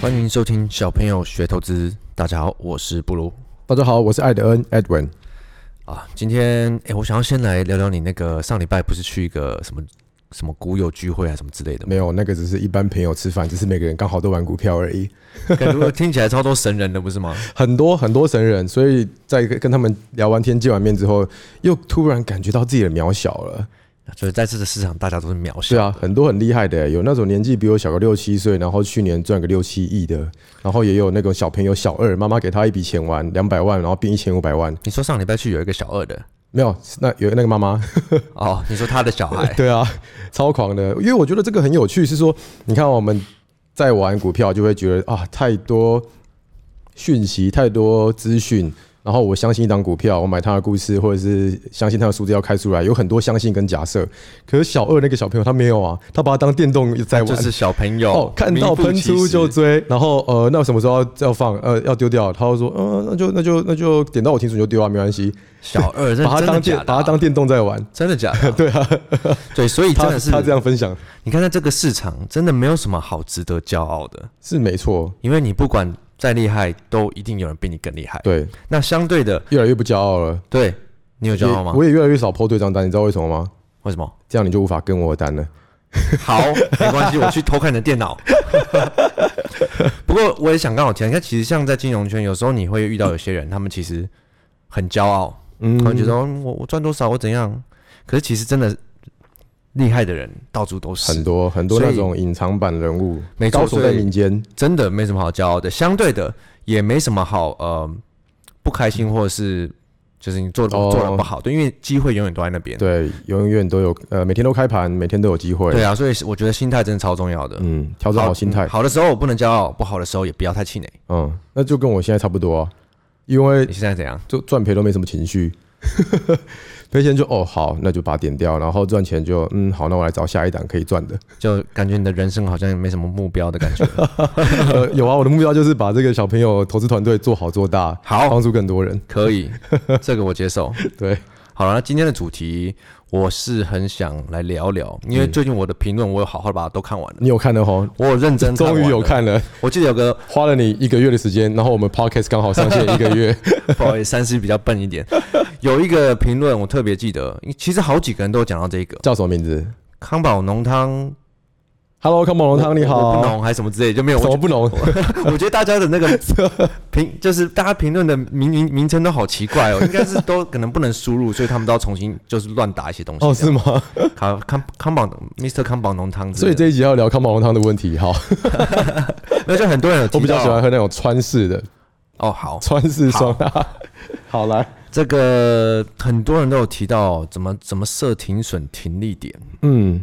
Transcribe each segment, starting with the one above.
欢迎收听小朋友学投资。大家好，我是布鲁大家好，我是艾德恩 Edwin。啊。今天，哎、我想要先来聊聊你那个上礼拜不是去一个什么什么股友聚会啊什么之类 的吗？没有，那个只是一般朋友吃饭，只是每个人刚好都玩股票而已。感觉听起来超多神人的，不是 吗？很多很多神人，所以在跟跟他们聊完天、见完面之后，又突然感觉到自己的渺小了。所以在这个市场，大家都是渺对小。啊，很多很厉害的，有那种年纪比我小个六七岁，然后去年赚个六七亿的，然后也有那种小朋友小二，妈妈给他一笔钱玩两百万，然后变一千五百万。你说上礼拜去有一个小二的没有，那有那个妈妈，哦，你说他的小 孩对啊，超狂的。因为我觉得这个很有趣，是说，你看我们在玩股票，就会觉得啊，太多讯息，太多资讯。然后我相信一档股票，我买它的故事，或者是相信它的数字要开出来，有很多相信跟假设。可是小二那个小朋友他没有啊，他把它当电动在玩，就是小朋友哦，看到喷出就追，然后呃，那什么时候要要放呃要丢掉？他就说，嗯、那就那就那就点到我停损就丢啊，没关系，小二，这 把它真的当假的啊电把它当电动在玩。 真的假的啊？ 对啊，对，所以真他的是他这样分享你看，在这个市场真的没有什么好值得骄傲的，是没错，因为你不管再厉害，都一定有人比你更厉害。对，那相对的，越来越不骄傲了。对你有骄傲吗也？我也越来越少抛对账单，你知道为什么吗？为什么？这样你就无法跟我的单了。好，没关系，我去偷看你的电脑。 不过我也想刚好提，你看，其实像在金融圈，有时候你会遇到有些人，他们其实很骄傲，嗯他们觉得、哦我我赚多少，我怎样。可是其实真的厉害的人到处都很是，多很多所以那种隐藏版人物，没错高手在所以民间。真的没什么好骄傲的。相对的，也没什么好呃不开心，或者是就是你做嗯哦做的不好，对，因为机会永远都在那边。对，永远都有呃，每天都开盘，每天都有机会。对啊，所以我觉得心态真的超重要的。嗯，调整好心态嗯。好的时候我不能骄傲，不好的时候也不要太 气馁。嗯，那就跟我现在差不多啊，因为你现在怎样？就赚赔都没什么情绪， 赔钱就哦好，那就把它点掉，然后赚钱就嗯好，那我来找下一档可以赚的。 就感觉你的人生好像没什么目标的感觉。呃，有啊，我的目标就是把这个小朋友投资团队做好做大，好，帮助更多人。可以，这个我接受。对，好了，那今天的主题我是很想来聊聊，因嗯为最近我的评论我有好好地把它都看完了，你有看了吼，我有认真看终于完有了。看了，我记得有个花了你一个月的时间，然后我们 podcast 刚好上线一个月， 不好意思，三思比较笨一点，有一个评论我特别记得，其实好几个人都有讲到这个叫什么名字康宝浓汤， ？Hello，康宝龙汤，你我不好。浓还是什么之类，就没有怎我么不浓？ 我觉得大家的那 个评，就是大家评论的名名名称都好奇怪哦，应该是都可能不能输入，所以他们都要重新就是乱打一些东西。哦，是吗？康康康宝 Mr. 康宝浓汤之 所以类的，这一集要聊康宝龙汤的问题。 好，那就很多人有提到我比较喜欢喝那种川式的哦。好，川式酸辣。好来，这个很多人都有提到怎么怎么设停损停利点，嗯，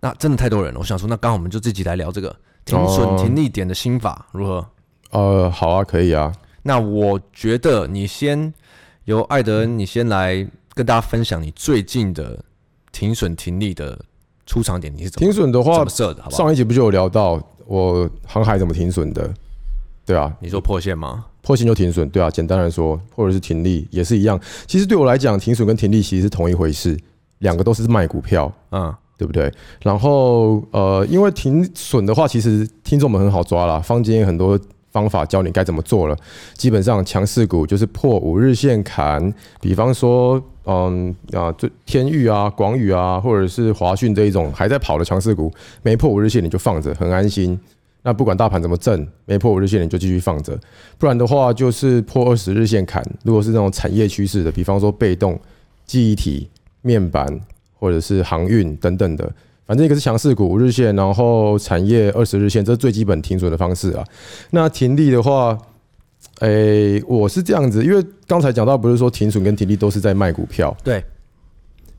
那真的太多人了。我想说，那刚好我们就自己来聊这个停损哦停利点的心法如何？呃，好啊，可以啊。那我觉得你先由艾德恩，你先来跟大家分享你最近的停损停利的出场点，你是怎么停损的怎话么，设的，好不好？上一集不就有聊到我航海怎么停损的？对啊，你说破线吗？破线就停损，对啊，简单来说，或者是停利也是一样。其实对我来讲，停损跟停利其实是同一回事，两个都是卖股票，嗯，对不对？然后呃，因为停损的话，其实听众们很好抓啦，坊间有很多方法教你该怎么做了。基本上强势股就是破五日线砍，比方说嗯啊，这天域啊、广宇啊，或者是华讯这一种还在跑的强势股，没破五日线你就放着，很安心。那不管大盘怎么震，没破五日线你就继续放着，不然的话就是破二十日线砍。如果是那种产业趋势的，比方说被动、记忆体、面板或者是航运等等的，反正一个是强势股五日线，然后产业二十日线，这是最基本停损的方式啊。那停利的话，诶、我是这样子，因为刚才讲到不是说停损跟停利都是在卖股票，对，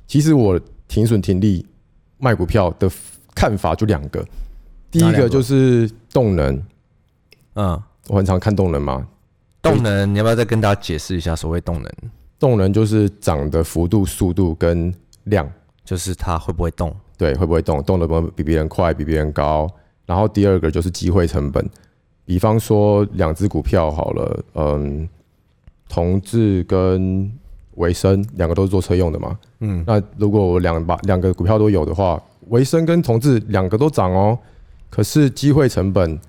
其实我停损停利卖股票的看法就两个，第哪一两个个就是动能，嗯，我很常看动能嘛，动能，你要不要再跟大家解释一下所谓动能？动能就是涨的幅度、速度跟量。就是它会不会动？对，会不会动，动得不比别人快，比别人高。然后第二个就是机会成本，比方说两只股票好了，嗯，同志跟维生两个都是做车用的嘛，嗯，那如果我两把两个股票都有的话，维生跟同志两个都涨哦，可是机会成本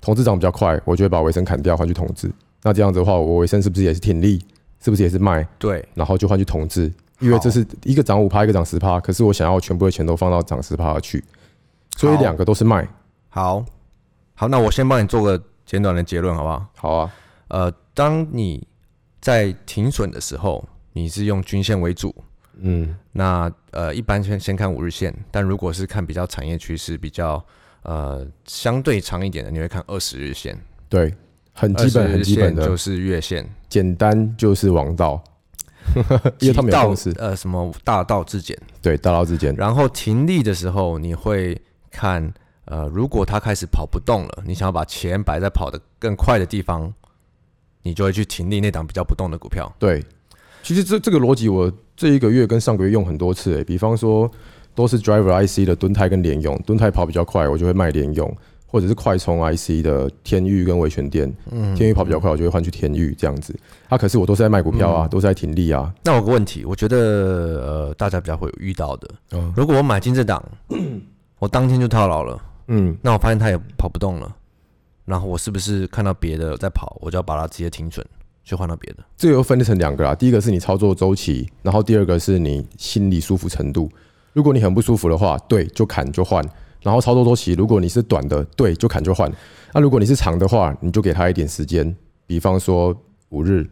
同质涨比较快，我就会把尾声砍掉，换去同质。那这样子的话，我尾声是不是也是挺利？是不是也是卖？对，然后就换去同质，因为这是一个涨五趴，一个涨十趴，可是我想要我全部的钱都放到涨十趴而去，所以好两个都是卖。好，好，那我先帮你做个简短的结论，好不好？好啊，呃，当你在停损的时候，你是用均线为主。嗯，那呃，一般先先看五日线，但如果是看比较产业趋势、比较呃相对长一点的，你会看二十日线。对，很基本20很日基线本的就，是月线，简单就是王道， 因为他极们有道共识，呃什么大道至简。对，大佬之间，然后停利的时候，你会看呃，如果它开始跑不动了，你想要把钱摆在跑得更快的地方，你就会去停利那档比较不动的股票。对，其实这这个逻辑我这一个月跟上个月用很多次、欸，比方说都是 driver IC 的蹲泰跟联用，蹲泰跑比较快，我就会卖联用，或者是快充 IC 的天域跟维权店，天域跑比较快，我就会换去天域这样子。啊，可是我都是在卖股票啊，都是在停利啊，那我有个问题，我觉得呃，大家比较会遇到的，嗯如果我买进这 档，我当天就套牢了，嗯，那我发现它也跑不动了，然后我是不是看到别的在跑，我就要把它直接停损，去换到别的？这个又分成两个啦，第一个是你操作周期，然后第二个是你心理舒服程度。如果你很不舒服的话，对，就砍就换。然后操作周期，如果你是短的，对，就砍就换。那如果你是长的话，你就给他一点时间，比方说五日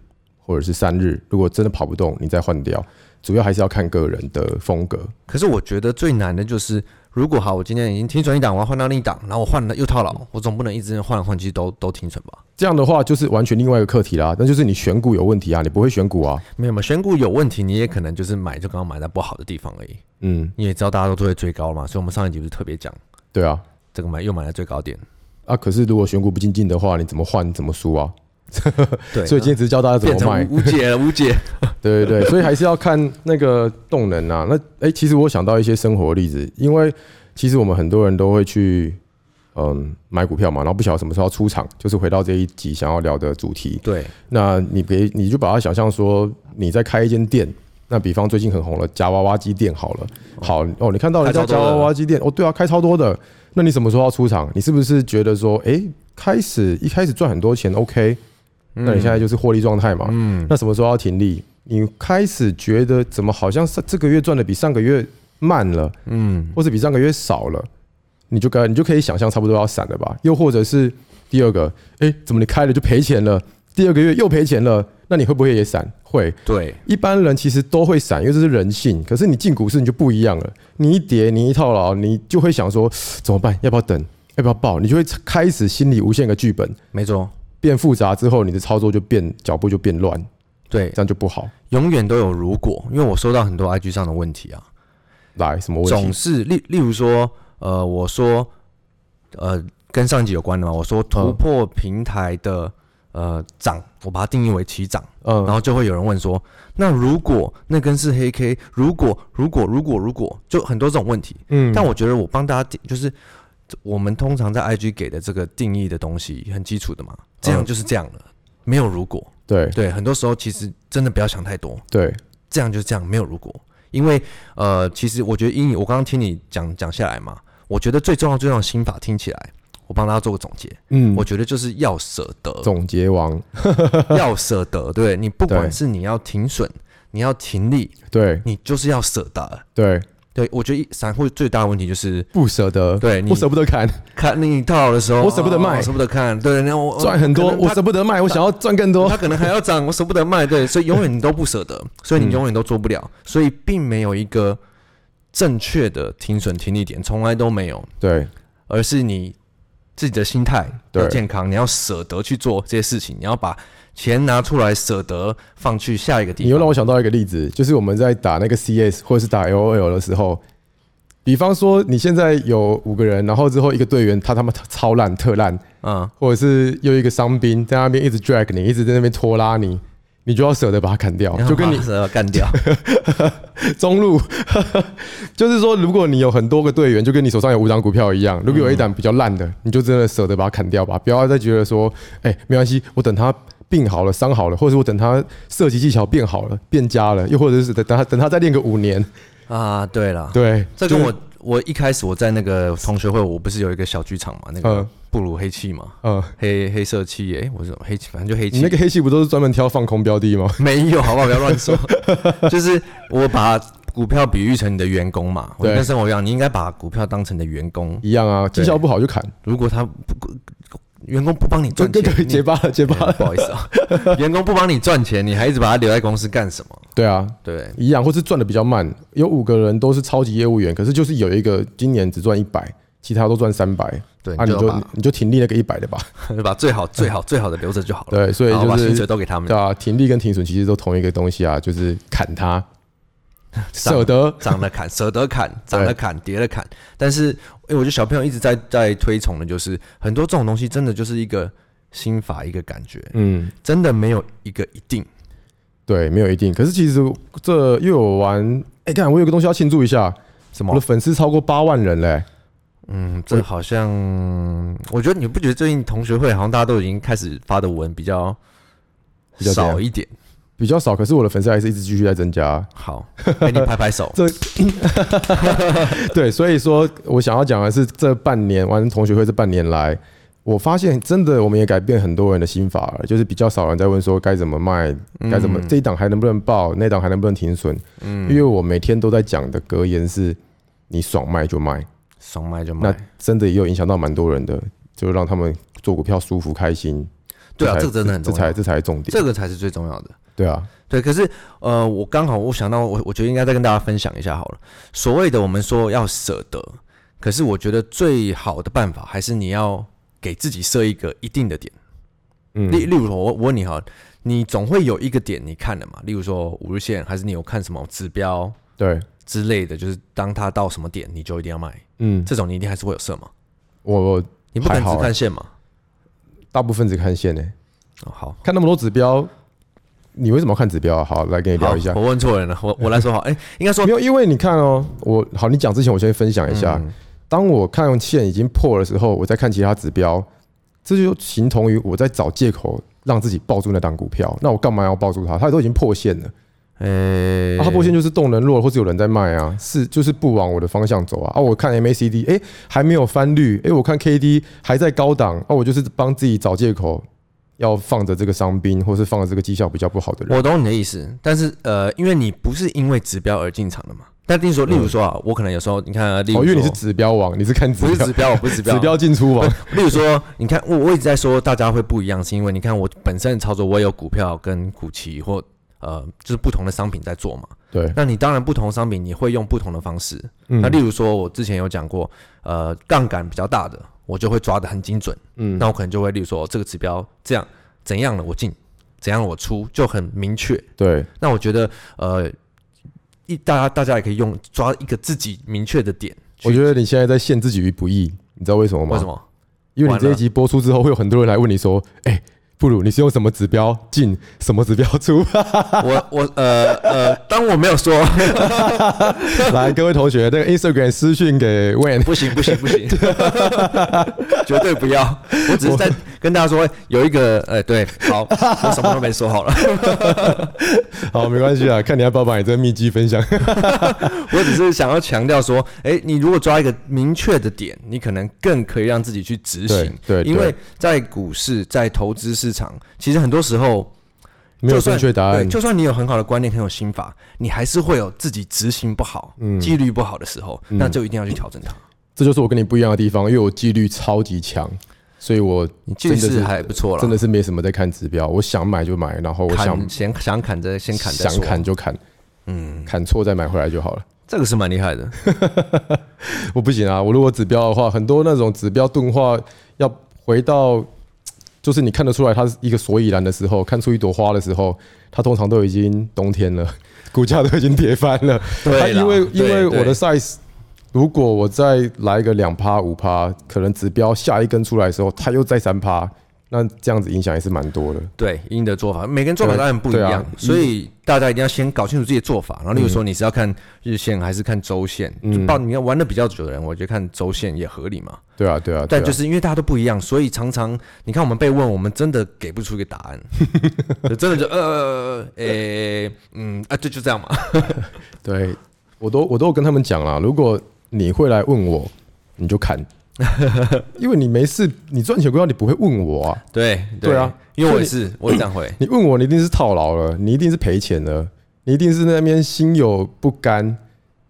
或者是三日。如果真的跑不动，你再换掉。主要还是要看个人的风格。可是我觉得最难的就是，如果好，我今天已经停损一档，我要换到另一档，然后我换了又套牢，我总不能一直换来换去都都停损吧？这样的话，就是完全另外一个课题啦。那就是你选股有问题啊，你不会选股啊。没有嘛，选股有问题，你也可能就是买就刚刚买在不好的地方而已。嗯，你也知道大家都会追高嘛，所以我们上一集不是特别讲对啊。这个买又买在最高点，啊，可是如果选股不精进的话，你怎么换怎么输啊？对，所以今天只是教大家怎么变成卖。无无解 了，无解。对对对，所以还是要看那个动能啊。那哎、诶其实我想到一些生活例子，因为其实我们很多人都会去嗯买股票嘛，然后不晓得什么时候要出场，就是回到这一集想要聊的主题。对，那你别你就把它想象说你在开一间店。那比方最近很红了夹娃娃机店好了，好哦，你看到人家开超夹多的娃娃机店哦，对啊，开超多的。那你什么时候要出场？你是不是觉得说，哎、开始一开始赚很多钱，OK？那你现在就是获利状态嘛？嗯，那什么时候要停利？你开始觉得怎么好像上这个月赚的比上个月慢了，嗯，或者比上个月少了，你就该你就可以想象差不多要散了吧？又或者是第二个，哎、怎么你开了就赔钱了？第二个月又赔钱了，那你会不会也散？会，对，一般人其实都会闪，因为这是人性。可是你进股市你就不一样了，你一跌，你一套牢，你就会想说怎么办？要不要等？要不要爆？你就会开始心里无限个剧本，没错，变复杂之后，你的操作就变脚步就变乱，对这，样就不好。永远都有如果，因为我收到很多 IG 上的问题啊，来什么问总题？是例例如说，呃，我说，呃，跟上一集有关的嘛，我说突破平台的呃涨，我把它定义为起涨，然嗯，后就会有人问说，那如果那根是黑 K，如果如果如果如果，就很多这种问题，嗯但我觉得我帮大家定就是。我们通常在 IG 给的这个定义的东西很基础的嘛，这样嗯就是这样了，没有如果。对对，很多时候其实真的不要想太多，对，这样就是这样，没有如果。因为呃，其实我觉得英语，我刚刚听你讲讲下来嘛，我觉得最重要最重要的心法听起来，我帮大家做个总结，嗯，我觉得就是要舍得， 总结王，要舍得，对你不对管是你要停损，你要停利，对你就是要舍得。对，对我觉得一散户最大的问题就是，不舍得，对你我舍不得砍，看你套牢的时候，我舍不得哦卖我舍不得看，对，然后我赚很多，哦可能他我舍不得卖，我想要赚 更多它。可能还要涨，我舍不得卖，对，所以永远你都不舍 得，所以你永远都做不嗯了，所以并没有一个正确的停损停利点，从来都没有，对而是你自己的心态对要健康，你要舍得去做这些事情，你要把钱拿出来，舍得放去下一个你地又让方。我想到一个例子，就是我们在打那个 CS 或者是打 LOL 的时候，比方说你现在有五个人，然后之后一个队员他他妈超烂特烂，嗯，或者是又一个伤兵在那边一直 drag 你，一直在那边拖拉你，你就要舍得把他砍掉，就跟然你后把舍得干 掉，中路， 就是说，如果你有很多个队员，就跟你手上有五张股票一样，如果有一档比较烂的，你就真的舍得把它砍掉吧，不要再觉得说，哎、没关系，我等他病好了、伤好了，或者是我等他射击技巧变好了、变佳了，又或者是等等他等他再练个五年，啊，对了，对，这跟就是我我一开始我在那个同学会，我不是有一个小剧场嘛，那个嗯布鲁黑气嘛，呃，黑黑色气耶，诶我是什么黑气，反正就黑你气。那个黑系不都是专门挑放空标的吗？ 没有，好不好？不要乱 说。就是我把股票比喻成你的员工嘛，我就对跟生活一样，你应该把股票当成你的员工。一样啊，绩效不好就砍，如果他不员工不帮你就赚就钱，就你结巴了，结巴哎了。 不好意思啊，员工不帮你赚钱，你还一直把他留在公司干什么？对啊，对，一样，或是赚的比较慢。有五个人都是超级业务员，可是就是有一个今年只赚一百，其他都赚三百，对，啊，你你就就把 你就停利那个一百的吧。就把最好、最好、最好的留着就好了。对，所以然后就把薪水是都给他们对，啊，停利跟停损其实都同一个东西啊，就是砍它，上舍得。涨了砍，舍得砍，涨了砍，跌了砍。但是，哎、我觉得小朋友一直在在推崇的就是很多这种东西，真的就是一个心法，一个感觉，嗯，真的没有一个一定。对，没有一定。可是其实这又有玩，哎、看我有个东西要庆祝一下，什我的么？粉丝超过八万人嘞、嗯，这好像，我觉得你不觉得最近同学会好像大家都已经开始发的文比较比较怎样少一点？比较少，可是我的粉丝还是一直继续在增加。。好，给你拍拍手对，所以说我想要讲的是，这半年玩同学会这半年来，我发现真的我们也改变很多人的心法了，就是比较少人在问说该怎么卖，该怎么、嗯这一档还能不能报，那档还能不能停损。嗯，因为我每天都在讲的格言是，你爽卖就卖，爽卖就卖那。真的也有影响到蛮多人的，就让他们做股票舒服开心。对啊，才这个真的很这重才要，这才重点。这个才是最重要的。对啊，对，可是呃，我刚好我想到，我我觉得应该再跟大家分享一下好了。所谓的我们说要舍得，可是我觉得最好的办法还是你要给自己设一个一定的点。嗯例例如说，我我问你哈，你总会有一个点你看了嘛？例如说五日线，还是你有看什么指标对，之类的？就是当它到什么点，你就一定要卖。嗯，这种你一定还是会有设嘛？我我你不可还能好只欸看线嘛？大部分只看线呢、欸哦，好，看那么多指标，你为什么要看指标啊？好，来跟你聊一下好。我问错人了，我我来说好，哎、应该说 没有，因为你看哦，我好，你讲之前我先分享一下，嗯当我看线已经破的时候，我再看其他指标，这就形同于我在找借口让自己抱住那档股票。那我干嘛要抱住它？它都已经破线了，呃、啊、它破线就是动能弱，或是有人在卖啊，是就是不往我的方向走啊。啊，我看 MACD，哎、还没有翻绿，哎、我看 KD 还在高档，啊，我就是帮自己找借口。要放着这个伤兵，或是放着这个绩效比较不好的人，我懂你的意思，但是呃，因为你不是因为指标而进场的嘛。但例如说，例如说啊，我可能有时候你看啊，例如哦，说，因为你是指标王，你是看不指是标指，标，我不是指 标。啊指标进出王， 例如说，你看我我一直在说大家会不一样，是因为你看我本身的操作，我也有股票跟股期或呃，就是不同的商品在做嘛。对，那你当然不同的商品，你会用不同的方式。嗯那例如说，我之前有讲过，呃，杠杆比较大的，我就会抓得很精准。嗯那我可能就会，例如说这个指标这样怎样了，我进，怎样了我出，就很明确。对，那我觉得呃，一大家大家也可以用抓一个自己明确的点去。我觉得你现在在陷自己于不义，你知道为什么吗？为什？么？因为你这一集播出之后，会有很多人来问你说：“哎、布鲁，你是用什么指标进，什么指标出 我我呃呃，当我没有说，？”来，各位同学，那个 Instagram 私讯给 Wen，不 行不行不行，绝对不要。我只是在跟大家说，有一个呃，对，好，我什么都没说 好了，好，没关系啊，看你要不要把你这个秘籍 分享。我只是想要强调说，哎、你如果抓一个明确的点，你可能更可以让自己去执对行。对，对因为在股市，在投资市场，其实很多时候没有就算正确答案对，，就算你有很好的观念，很有心法，你还是会有自己执行不好、嗯纪律不好的时候，那就一定要去调整它。这就是我跟你不一样的地方，因为我纪律超级强，所以我你纪真律的是是还不错了，真的是没什么在看指标，我想买就买，然后我想砍想想砍着先砍再想说，砍就砍，嗯，砍错再买回来就好了。这个是蛮厉害的。我不行啊！我如果指标的话，很多那种指标钝化，要回到就是你看得出来它是一个所以然的时候，看出一朵花的时候，它通常都已经冬天了， 股价都已经跌翻了。对它啦因为因对为我的对 size，如果我再来个两趴五趴，可能指标下一根出来的时候，它又再三趴，那这样子影响也是蛮多的。对，因的做法，每个人做法对当然不一对啊嗯样，所以大家一定要先搞清楚自己的做法。然后，例如说你是要看日线还是看周线，就报你要玩的比较久的人，我觉得看周线也合理嘛。对啊，对啊，对但啊，就是因为大家都不一样，所以常常你看我们被问，我们真的给不出一个答 案，就真的就呃诶、嗯啊，就就这样嘛。 对我都我都有跟他们讲啦，如果你会来问我，你就砍。因为你没事，你赚钱股票你不会问我啊，对 对啊，因为我也所是，我也这样 ，会你问我你一定是套牢了，你一定是赔钱了，你一定是那边心有不甘，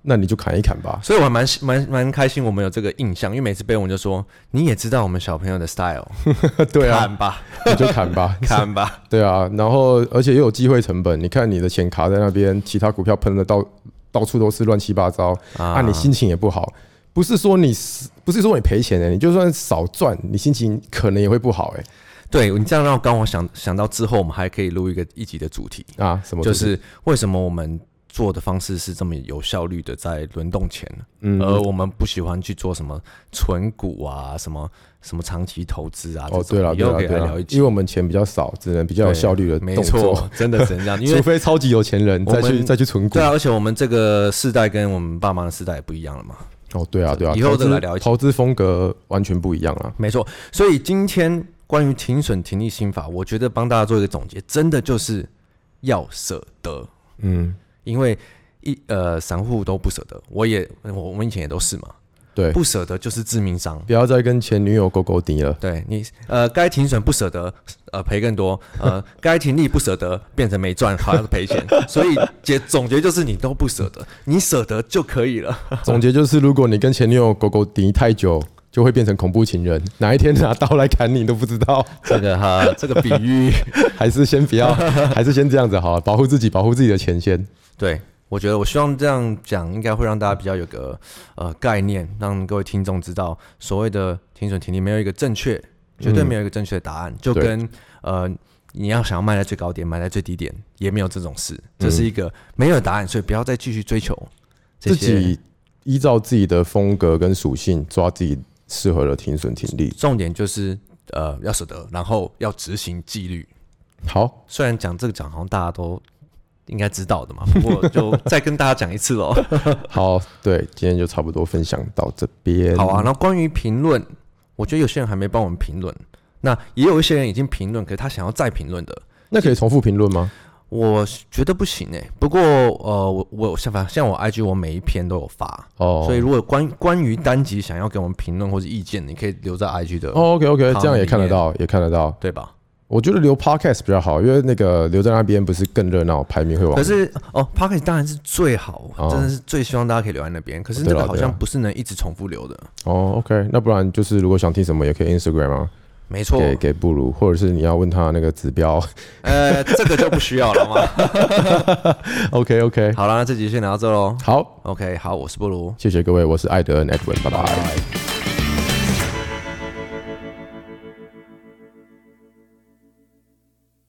那你就砍一砍吧。所以我还蛮蛮蛮开心，我们有这个印象，因为每次被问就说，你也知道我们小朋友的 style， 对啊，看吧，你就砍 吧，看吧，对啊，然后而且又有机会成本，你看你的钱卡在那边，其他股票喷的到到处都是乱七八糟，啊，你心情也不好。不是说你死不是说你赔钱的、你就算少赚，你心情可能也会不好哎、对你这样让我刚我想想到之后，我们还可以录一个一集的主题，啊，什么就东西是为什么我们做的方式是这么有效率的在轮动前，嗯而我们不喜欢去做什么存股啊，什么什么长期投资啊这哦，种，对了，以对后了，可以对来了聊一，因为集。我们钱比较少，只能比较有对效率的没动作， 错，真的是这样，因除为非超级有钱人我再去们再去存股对。啊，而且我们这个世代跟我们爸妈的世代也不一样了嘛。哦，对啊，对啊，以后投再资来聊一集投资风格完全不一样啊。没错，所以今天关于停损停利心法，我觉得帮大家做一个总结，真的就是要舍得，嗯，因为一呃散户都不舍得，我也我我们以前也都是嘛，对，不舍得就是致命伤。不要再跟前女友勾勾 搭了。对你，呃，该停损不舍得，呃，赔更多；呃， 该停利不舍得，变成没赚，好像是赔 钱。所以结总结就是，你都不舍得，你舍得就可以了。总结就是，如果你跟前女友狗狗敌太久，就会变成恐怖情人，哪一天拿刀来砍你都不知 道。这个哈，这个比喻，还是先不 要，还是先这样子好了，保护自己，保护自己的钱先。对我觉得，我希望这样讲，应该会让大家比较有个呃概念，让各位听众知道，所谓的停损停利没有一个正确，绝对没有一个正确的答案，就嗯对跟呃。你要想要卖在最高点，买在最低点，也没有这种嗯事，这是一个没有答案，所以不要再继续追求这自些。己依照自己的风格跟属性，抓自己适合的停损停利。重点就是呃要舍得，然后要执行纪律。好，虽然讲这个讲好像大家都应该知道的嘛，不过就再跟大家讲一次喽。好，对，今天就差不多分享到这边。好啊，，然后关于评论，我觉得有些人还没帮我们评论，那也有一些人已经评论，可是他想要再评论的。那可以重复评论吗？我觉得不行哎、不过呃，我我像反像我 IG 我每一篇都有发，哦，所以如果关关于单集想要给我们评论或者意见，你可以留在 IG 的，哦，OK OK，好这样也看得到，也看得到。对吧？我觉得留 Podcast 比较好，因为那个留在那边不是更热闹，排名会往。可是哦 p o c k e t 当然是最好，哦真的是最希望大家可以留在那边。可是哦那对啦个好对啦像不是能一直重复留的，哦，OK，那不然就是如果想听什么也可以 Instagram 啊，没错。给给布鲁，或者是你要问他那个指标。 呃，这个就不需要了嘛。 OK OK，好了，那这集先聊到这喽。好， OK，好，我是布鲁，谢谢各位，我是艾德恩 Edwin，拜拜。拜。